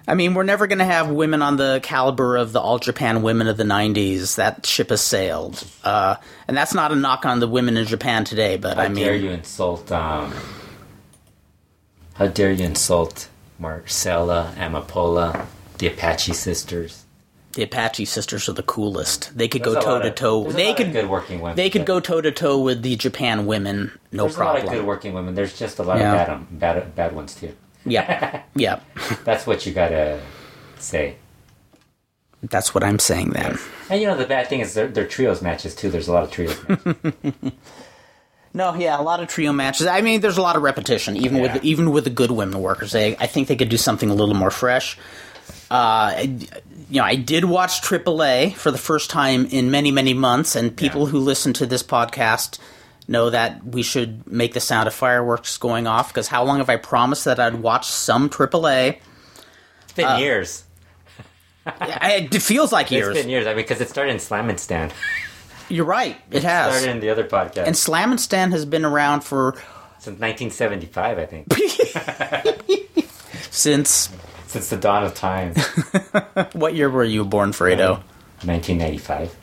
I mean, we're never going to have women on the caliber of the All Japan women of the 90s. That ship has sailed. Uh, and that's not a knock on the women in Japan today, but I, How dare mean, you insult? Um, how dare you insult Marcella Amapola, the Apache sisters? the Apache sisters are the coolest. They could There's go a lot toe of- to toe. there's a They lot of could good working women. they could but go toe to toe with the Japan women, no There's a lot of good problem. working women. There's just a lot Yeah. of bad, um, bad, bad ones too. Yeah. Yeah. That's what you gotta say. That's what I'm saying then. And you know the bad thing is they're, they're trios matches too. There's a lot of trios. matches. No, yeah, a lot of trio matches. I mean, there's a lot of repetition, even Yeah. with even with the good women workers. They, I think they could do something a little more fresh. Uh, I- you know, I did watch AAA for the first time in many many months, and people Yeah. who listen to this podcast know that we should make the sound of fireworks going off because how long have I promised that I'd watch some AAA? It's been years. I, it feels like It's years. been years. I mean, because it started in Slam and Stand. You're right. It has. started in the other podcast And Slam and Stan has been around for since 1975, I think, since since the dawn of time. what year were you born, Fredo? 1995.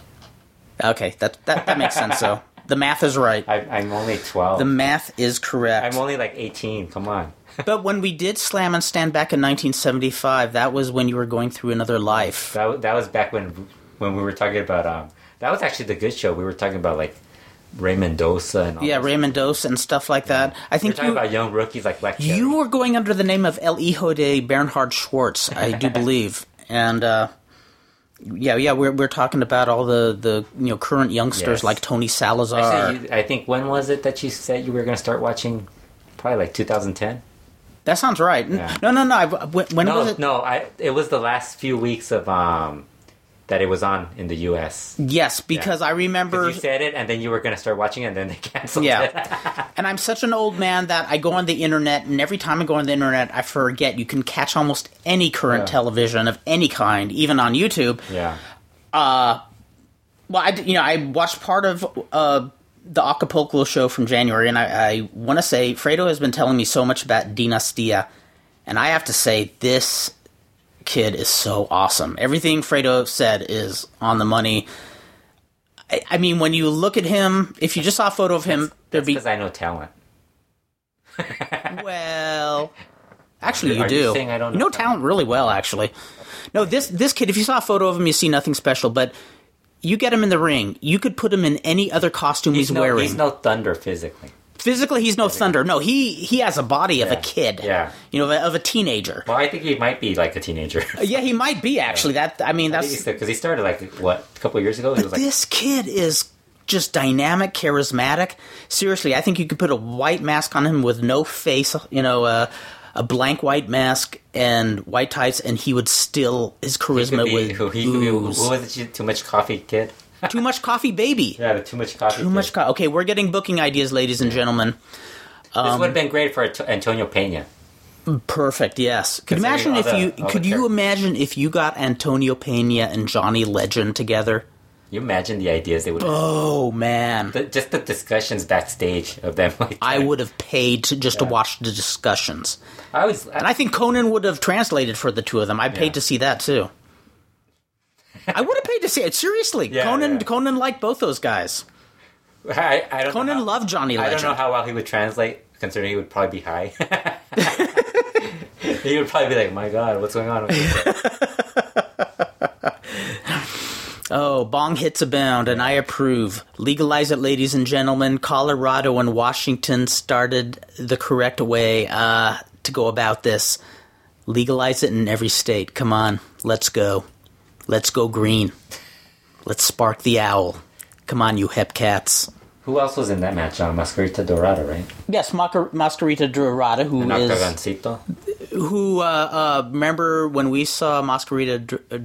Okay, that that, that makes sense. So the math is right. I, I'm only 12. The math is correct. I'm only like 18. Come on. but when we did slam and stand back in 1975, that was when you were going through another life. That wa- that was back when when we were talking about um. That was actually the good show. We were talking about like Ray Mendoza and all Yeah, those- Ray Mendoza and stuff like that. I We were think talking you about young rookies like Black. you were going under the name of El Hijo de Bernhard Schwartz, I do believe, and. uh yeah, yeah, we're we're talking about all the, the you know current youngsters Yes. like Tony Salazar. Actually, you, I think when was it that you said you were going to start watching? Probably like 2010. that sounds right. N- Yeah. No, no, no. I, when when No, was it? no. I it was the last few weeks of um that it was on in the U.S. Yes, because I remember You said it, and then you were going to start watching, it, and then they canceled it. Yeah. and I'm such an old man that I go on the internet, and every time I go on the internet, I forget you can catch almost any current Yeah. television of any kind, even on YouTube. Yeah. Well, I, d- you know, I watched part of uh, the Acapulco show from January, and I, I want to say Fredo has been telling me so much about Dinastia, and I have to say this kid is so awesome. Everything Fredo said is on the money. I, I mean, when you look at him, if you just saw a photo of him, there'd be Because I know talent. Well, actually, you Are do. you saying I don't You know know talent really well, actually. No, this this kid. If you saw a photo of him, you see nothing special. But you get him in the ring, you could put him in any other costume he's, no, wearing. He's no thunder physically. Physically, he's no thunder. No, he he has a body of a kid. Yeah. you know, of a, of a teenager. Well, I think he might be like a teenager. Yeah, he might be actually. That I mean, that's because he started like what a couple years ago. He was like, this kid is just dynamic, charismatic. Seriously, I think you could put a white mask on him with no face, you know, uh, a blank white mask and white tights, and he would still his charisma could be- who, would he could be, who ooze. was it? you- Too much coffee, kid. Too much coffee, baby. Yeah, the too much coffee. Too much coffee. Okay, we're getting booking ideas, ladies and gentlemen. this um, would have been great for Ant- Antonio Pena. Perfect. Yes. Could you imagine Considering if all you the- all could the you char- imagine if you got Antonio Pena and Johnny Legend together? You imagine the ideas they would. have Oh man, the, just the discussions backstage of them. Like, I trying- would have paid to, just to watch the discussions. I always. And I think Conan would have translated for the two of them. I paid Yeah. to see that too. I would have paid to see it. Seriously, Yeah, Conan. yeah. Conan liked both those guys. I, I don't. know Conan how- loved Johnny Uh-huh. I Legend. don't know how well he would translate, considering he would probably be high. he would probably be like, "My God, what's going on?" Oh, bong hits abound, and I approve. Legalize it, ladies and gentlemen. Colorado and Washington started the correct way uh, to go about this. Legalize it in every state. Come on, let's go. Let's go green. Let's spark the owl. Come on, you hepcats. Who else was in that match? Uh, Mascarita Dorada, right? Yes, Maca- Mascarita Dorada, who And is Octagoncito. who uh, uh, remember when we saw Masquerita Dor- uh,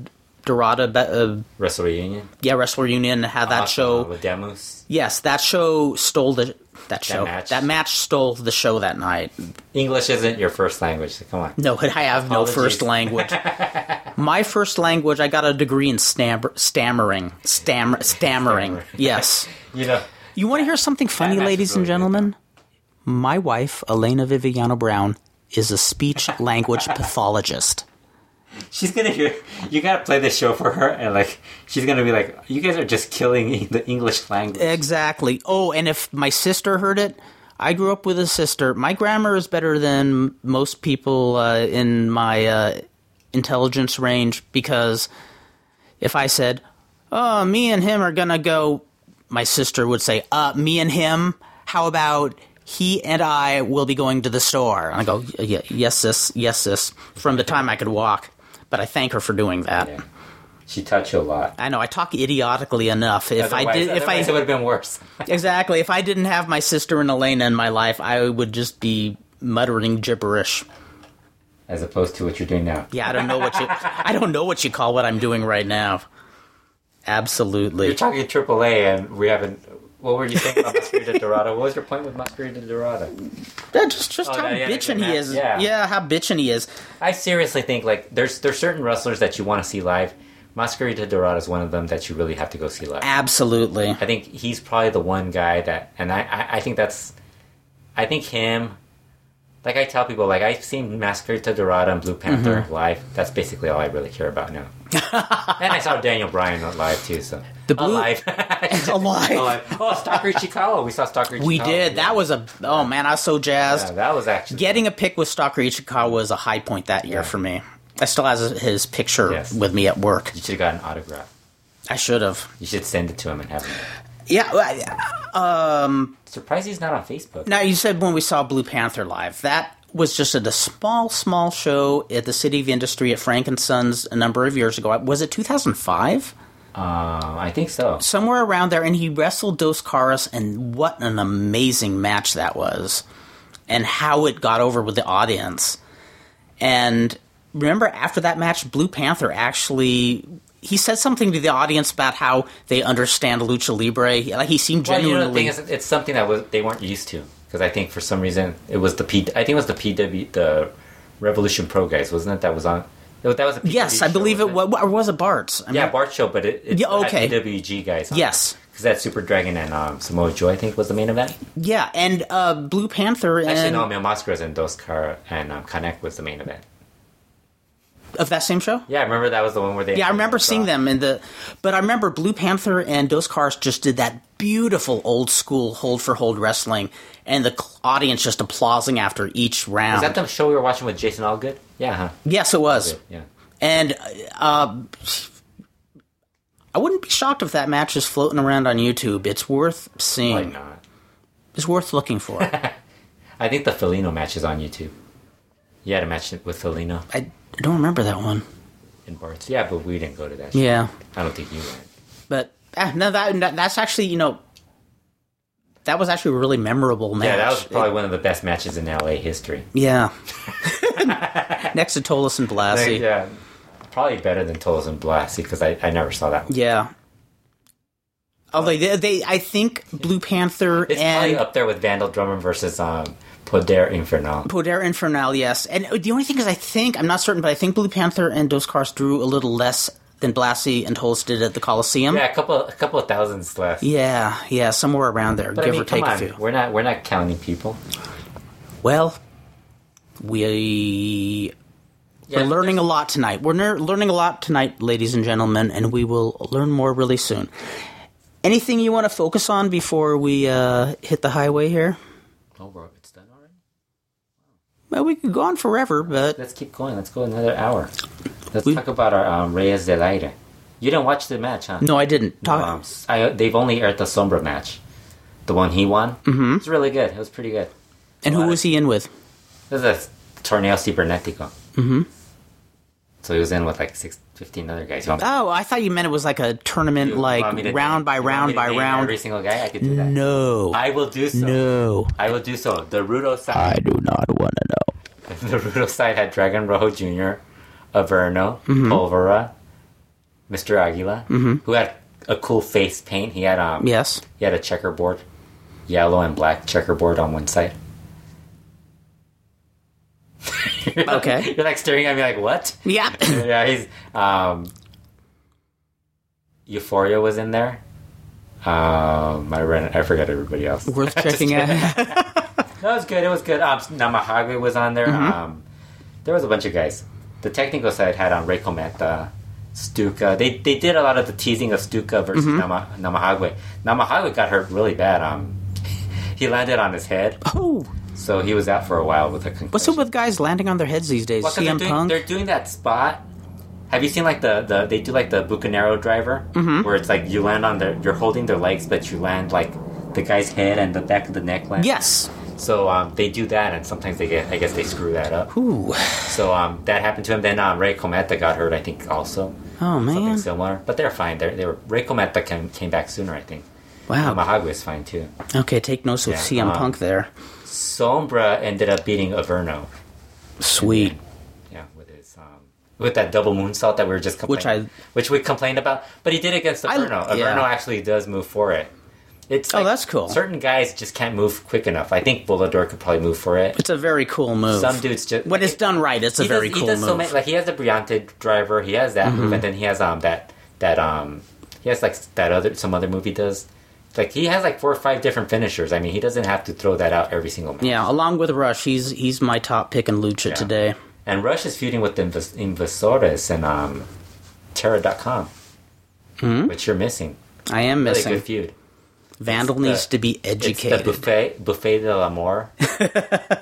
Dorada, be- uh, Wrestle Reunion. yeah, Wrestler Union, how that Awesome, show? With Demus. Yes, that show stole the that show. That match. match. stole the show that night. English isn't your first language, so come on. No, I have no Apologies. first language. My first language, I got a degree in stammer, stammering, Stammer, stammering. yes. You know, You want to hear something funny, match ladies is and really good, gentlemen? My wife, Elena Viviano Brown, is a speech language pathologist. she's gonna hear. You gotta play this show for her, and like, she's gonna be like, "You guys are just killing the English language." Exactly. Oh, and if my sister heard it, I grew up with a sister. My grammar is better than most people uh, in my uh, intelligence range because if I said, "Oh, me and him are gonna go," my sister would say, "Uh, me and him. How about?" He and I will be going to the store. And I go, "Y- y- yes, sis, yes, sis, from the time I could walk. But I thank her for doing that. Yeah. She taught you a lot. I know I talk idiotically enough. If I Otherwise- did, if I otherwise it would have been worse. Exactly. If I didn't have my sister and Elena in my life, I would just be muttering gibberish. As opposed to what you're doing now. Yeah, I don't know what you I don't know what you call what I'm doing right now. Absolutely. You're talking AAA, and we haven't. What were you saying about Masquerita Dorada? What was your point with Masquerita Dorada? That just just Oh, how yeah, yeah, bitchin' yeah, he is. yeah. how bitchin' he is. I seriously think like there's there's certain wrestlers that you want to see live. Masquerita Dorada is one of them that you really have to go see live. Absolutely. I think he's probably the one guy that, and I, I, I think that's, I think him. Like I tell people, like I've seen Masquerita Dorada and Blue Mm-hmm. Panther live. That's basically all I really care about now. and I saw Daniel Bryan live too. So The Blue- alive, Alive. alive. Oh, Stalker Chikala. We saw Stalker. We Chikala. did. Yeah. That was a oh man, I was so jazzed. Yeah, that was actually Getting a pic with Stalker Ichikawa was a high point that year Yeah. for me. I still has his picture Yes. with me at work. You should have got an autograph. I should have. You should send it to him and have him. Yeah, I- Surprised he's not on Facebook. Now you said when we saw Blue Panther live, that was just at a small, small show at the City of Industry at Frank and Sons a number of years ago. Was it 2005? Um, I think so. Somewhere around there, and he wrestled Dos Caras, and what an amazing match that was, and how it got over with the audience. And remember, after that match, Blue Panther actually. He said something to the audience about how they understand lucha libre. Like he seemed Well, you genuinely know, the thing is, it's something that was they weren't used to because I think for some reason it was the P. I think it was the PW the Revolution Pro guys, wasn't it? That was on. It was, that was a PW yes, I show, believe it wasn't was. Or was it Bart's? I Yeah, mean- Bart show, but it, it Yeah, okay. had PWG guys. On Yes. because that Super Dragon and um, Samoa Joe, I think, was the main event. Yeah, and uh, Blue Panther and Actually, no, Mil Mascaras and Dos Car and um, Connect was the main event. of that same show. Yeah, I remember that was the one where they. Yeah, I remember seeing them in the, but I remember Blue Panther and Dos Cars just did that beautiful old school hold for hold wrestling, and the cl- audience just applauding after each round. Is that the show we were watching with Jason Allgood? Yeah, huh? yes, it was, Yeah. and uh, I wouldn't be shocked if that match is floating around on YouTube. It's worth Why seeing. not? It's worth looking for. I think the Felino match is on YouTube. You had a match with Felino I don't remember that one. and Bart's. Yeah, but we didn't go to that. show. Yeah. I don't think you went. But ah, no, that, that- that's actually you know that was actually a really memorable match. Yeah, that was probably one of the best matches in LA history. Yeah. Next to Tolis and Blassie. Yeah. Yeah, probably better than Tolles and Blassie because I, I never saw that one. Although they, they, I think Blue Panther It's probably and up there with Vandal Drummond versus um, Poder Infernal. Poder Infernal, yes. And the only thing is, I think I'm not certain, but I think Blue Panther and Dos Cars drew a little less than Blassie and Tolis did at the Coliseum. Yeah, a couple a couple of thousands less. Yeah, yeah, somewhere around there, But give I mean, or take come a on, few. we're not we're not counting people. Well, we Yeah, We're learning a lot tonight. We're ner- learning a lot tonight, ladies and gentlemen, and we will learn more really soon. Anything you want to focus on before we uh, hit the highway here? Oh, bro, it's done already. Well, we could go on forever, but Let's keep going. Let's go another hour. Let's We- talk about our um, Reyes del Aire. You didn't watch the match, huh? No, I didn't. Talk. Um, s- I, they've only aired the Sombra match, the one he won. Mm-hmm. It's really good. It was pretty good. and who was he in with? This is a torneo cibernetico. Mm-hmm. So he was in with like six, 15 other guys. You want me- Oh, I thought you meant it was like a tournament, you like want me to- round by you want me round to by name round. Every single guy, I could do that. No, I will do so. no, I will do so. The Rudo I side. do not want to know. The Rudo side had Dragon Rojo Jr., Averno, Mm-hmm. Pulvera, Mr. Aguila, who had a cool face paint. He had um Yes, he had a checkerboard, yellow and black checkerboard on one side. Okay. You're like staring at me like what? yeah. yeah, he's um Euphoria was in there. Um, I ran. I forgot everybody else. Worth checking out. That was good. It was good. Um, Namahage was on there. Mm-hmm. Um, there was a bunch of guys. The technical side had um, on Reiko Meta, Stuka. They they did a lot of the teasing of Stuka versus Mm-hmm. Nama, Namahage. Namahage got hurt really bad. Um, he landed on his head, Oh, so he was out for a while with a concussion. what's up with guys landing on their heads these days? Well, 'cause they're CM doing, Punk. They're doing that spot. Have you seen like the, the they do like the Bucanero driver Mm-hmm. where it's like you land on their you're holding their legs but you land like the guy's head and the back of the neck lands. Yes. So um, they do that, and sometimes they get, I guess they screw that up. Ooh. So um, that happened to him. Then um, Ray Cometa got hurt, I think, also. Oh Something man. similar. But they're fine. They're, they were, Ray Cometa came, came back sooner, I think. Wow. Mahagua is fine, too. Okay, take notes with Yeah, CM uh, Punk there. Sombra ended up beating Averno. Sweet. Yeah, with his. Um, with that double moonsault that we were just Which complaining, I- which we complained about, but he did against I- Averno. Averno yeah. actually does move for it. It's Oh, like that's cool. Certain guys just can't move quick enough. I think Volador could probably move for it. It's a very cool move. Some dudes just when it's done right, it's a he very does, cool he does move. Mm-hmm. So many, like he has the Briante driver, he has that move, and then he has um that that um he has like that other some other movie does. Like he has like four or five different finishers. I mean, he doesn't have to throw that out every single match. yeah, along with Rush, he's he's my top pick in lucha today. And Rush is feuding with the Invas- Invasores and um Terra.com, Hmm? mm which you're missing. I am Really missing. good feud. Vandal It's the- needs to be It's educated. the buffet buffet de l'amour,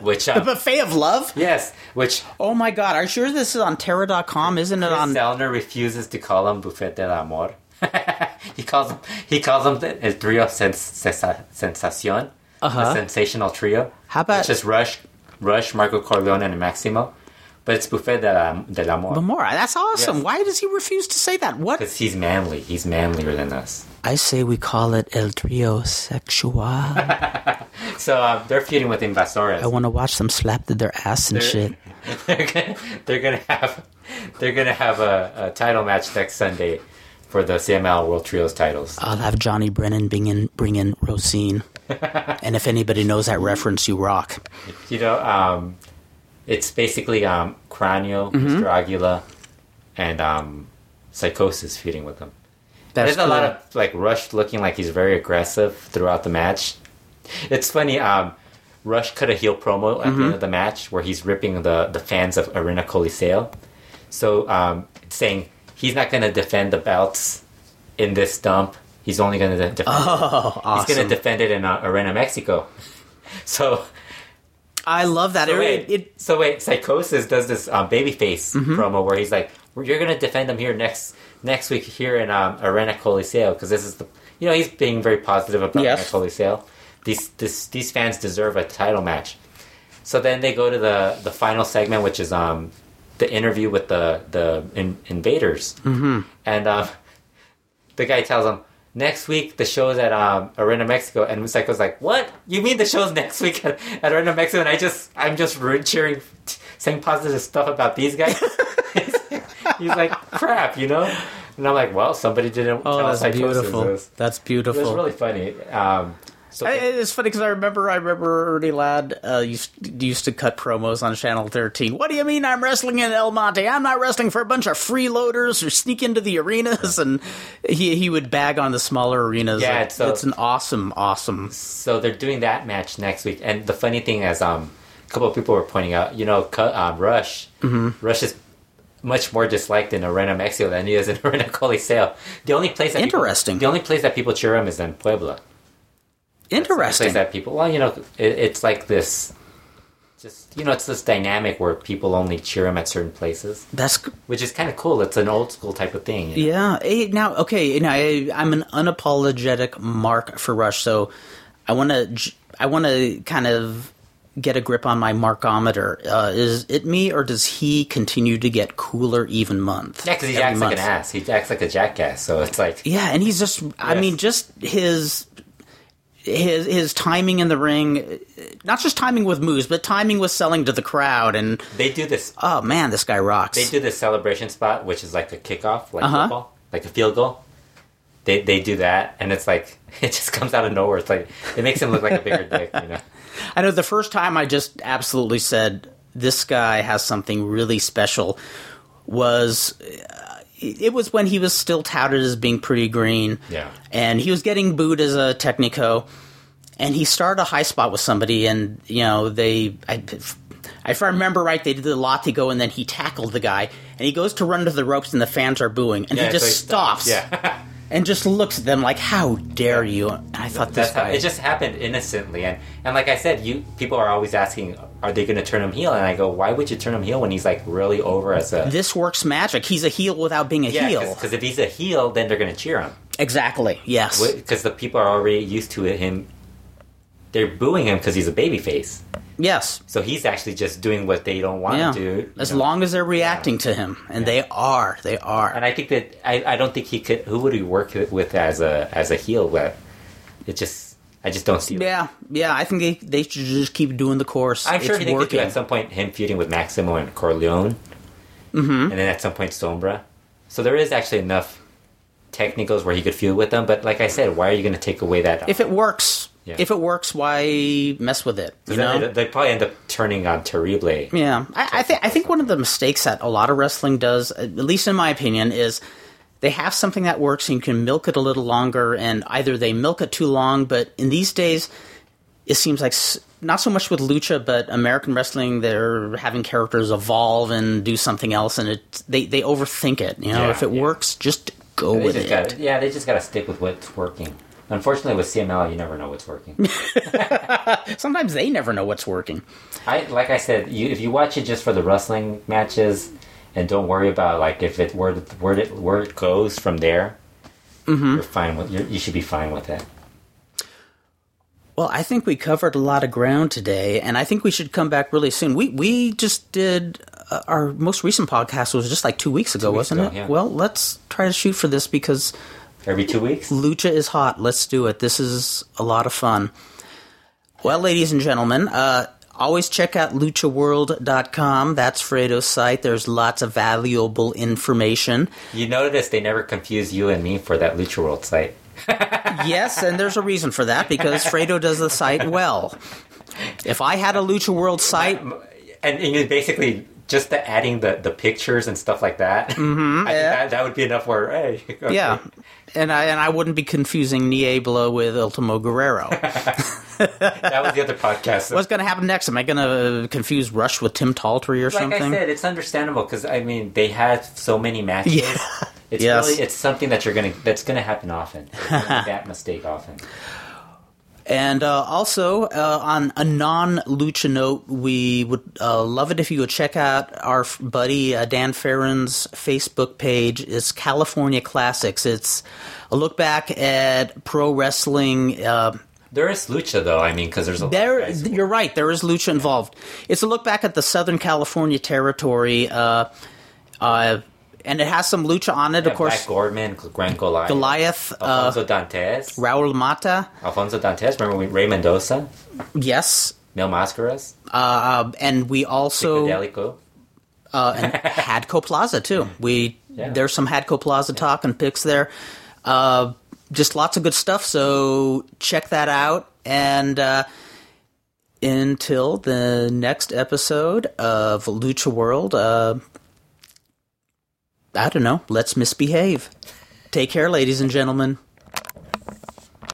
which um, Buffet of love? yes, which Oh my god, are you sure this is on Terra.com? Isn't it on? Zellner refuses to call him Buffet del Amor. he calls him he calls him the- El Trio sens- Sensa- Sensacion, Uh-huh. the Sensational Trio. How about- it's just Rush, Rush, Marco Corleone, and Maximo, but it's Buffet del, del Amor Gamora? That's awesome. Yes. Why does he refuse to say that? What? because he's manly. He's manlier than us. I say we call it El Trio Sexual. So um, they're feuding with Invasores. I want to watch them slap their ass and shit. they're gonna, they're gonna have they're gonna have a, a title match next Sunday for the CML World Trios titles. I'll have Johnny Brennan bring in, bring in Rosine. and if anybody knows that reference, you rock. you know, um, it's basically um, Cranio, Mm-hmm. Mr. Aguila, and um, Psychosis feuding with them. That's There's a lot cool. of like Rush looking like he's very aggressive throughout the match. It's funny. Um, Rush cut a heel promo at Mm-hmm. the end of the match where he's ripping the the fans of Arena Coliseo. So um, saying he's not going to defend the belts in this dump. He's only going to defend. Oh, awesome. He's going to defend it in uh, Arena Mexico. So I love that. so It- wait, it- Mm-hmm. so wait, Psychosis does this um, babyface promo where he's like, "Well, "You're gonna defend him here next next week here in um, Arena Coliseo because this is the you know he's being very positive about Yes. Arena Coliseo. These this, these fans deserve a title match. So then they go to the the final segment, which is um the interview with the the in, invaders, mm-hmm. and um the guy tells him. Next week the show's at um, Arena Mexico, and Psycho's like, "What? You mean the show's next week at, at Arena Mexico?" And I just, I'm just re- cheering, t- saying positive stuff about these guys. He's like, "Crap," you know. And I'm like, "Well, somebody didn't oh, tell that's Psychosis beautiful. this." That's It was beautiful. really funny. Um, so I- It's funny because I remember I remember Ernie Ladd uh, used used to cut promos on Channel 13. What do you mean I'm wrestling in El Monte? I'm not wrestling for a bunch of freeloaders who sneak into the arenas and he he would bag on the smaller arenas. Yeah, Like, it's so- an awesome, awesome. so they're doing that match next week. And the funny thing is, um, a couple of people were pointing out, you know, Cu- um, Rush, Mm-hmm. Rush is much more disliked in Arena Mexico than he is in Arena Coliseo. The only place that people- Interesting. the only place that people cheer him is in Puebla. The only Interesting. place that people, well, you know, it, it's like this. just you know, it's this dynamic where people only cheer him at certain places, That's c- which is kind of cool. It's an old school type of thing. you know? yeah. Eh, Now, okay, now I, I'm an unapologetic mark for Rush, so I want to I want to kind of get a grip on my markometer. Uh, is it me or does he continue to get cooler even month? Yeah, because he every acts like month? an ass. He acts like a jackass. So it's like, Yeah, and he's just I Yes. mean just his his his timing in the ring, eh, not just timing with moves, but timing with selling to the crowd and they do this. oh man, this guy rocks. They do this celebration spot, which is like a kickoff, like Uh-huh. football, like a field goal. They they do that, and it's like it just comes out of nowhere. It's like it makes him look like a bigger dick, you know. I know the first time I just absolutely said this guy has something really special was uh, it was when he was still touted as being pretty green. Yeah. And he was getting booed as a technico and he started a high spot with somebody and you know they I, if I remember right they did the latigo and then he tackled the guy and he goes to run to the ropes and the fans are booing and Yeah, he so just he stops. Yeah, And just looks at them like, "How dare you!" And I thought this that's how guy. it just happened innocently, and and like I said, you people are always asking, are they going to turn him heel? And I go, why would you turn him heel when he's like really over as a this works magic. He's a heel without being a heel. Because if he's a heel, then they're going to cheer him. Exactly. Yes. because the people are already used to it, him. They're booing him because he's a babyface. Yes. So he's actually just doing what they don't want Yeah. to do. as you know. long as they're reacting to him, and they are, they are. And I think that I, I don't think he could. Who would he work with as a as a heel? But it just I just don't see. it. yeah, yeah. I think they they should just keep doing the course. I'm sure it's they could do working. at some point him feuding with Maximo and Corleone, mm-hmm. and then at some point Sombra. So there is actually enough technicals where he could feud with them. But like I said, why are you going to take away that? if it works, Yeah. if it works, why mess with it? You know. they, they probably end up turning on Terrible. Yeah, I, I think I think one of the mistakes that a lot of wrestling does, at least in my opinion, is they have something that works and you can milk it a little longer, and either they milk it too long. But in these days, it seems like s- not so much with lucha, but American wrestling, they're having characters evolve and do something else, and it they they overthink it. You know, Yeah, if it yeah. works, just go They with just it. gotta, yeah, they just got to stick with what's working. Unfortunately, with CML, you never know what's working. Sometimes they never know what's working. I like I said, you, if you watch it just for the wrestling matches, and don't worry about like if it where the- where it where it goes from there, you're fine with you're, you should be fine with it. Well, I think we covered a lot of ground today, and I think we should come back really soon. We we just did uh, our most recent podcast was just like two weeks ago, weeks wasn't ago, it? yeah. Well, let's try to shoot for this because Every two weeks, lucha is hot. Let's do it. This is a lot of fun. Well, ladies and gentlemen, uh, always check out luchaworld.com. That's Fredo's site. There's lots of valuable information. you notice they never confuse you and me for that Lucha World site. yes, and there's a reason for that because Fredo does the site well. If I had a Lucha World site, And, and you basically just the adding the, the pictures and stuff like that. Mm-hmm, I think that, that would be enough for hey. okay. Yeah. And I and I wouldn't be confusing Niebla with Ultimo Guerrero. that was the other podcast. What's going to happen next? Am I going to confuse Rush with Tim Taltrey or like something? I said, it's understandable because I mean they had so many matches. Yeah. It's Yes. really it's something that you're gonna that's gonna happen often. You're gonna make that mistake often. and uh, also uh, on a non-lucha note, we would uh, love it if you would check out our f- buddy uh, Dan Farron's Facebook page. It's California Classics. It's a look back at pro wrestling. Uh, There is lucha though. I mean, because there's a There, lot of guys who- you're right. There is lucha involved. It's a look back at the Southern California territory, uh, uh, and it has some lucha on it. yeah, of course, Black Gordon, Grand Goliath, Goliath, uh, Alfonso Dantes, Raul Mata, Alfonso Dantes. Remember we, Ray Mendoza, yes, Mel Mascaras, uh, and we also Fidelico. uh, and Hadco Plaza too. We Yeah. there's some Hadco Plaza talk and pics there. Uh, just lots of good stuff. So check that out and. Uh, until the next episode of Lucha World, uh, I don't know. Let's misbehave. Take care, ladies and gentlemen.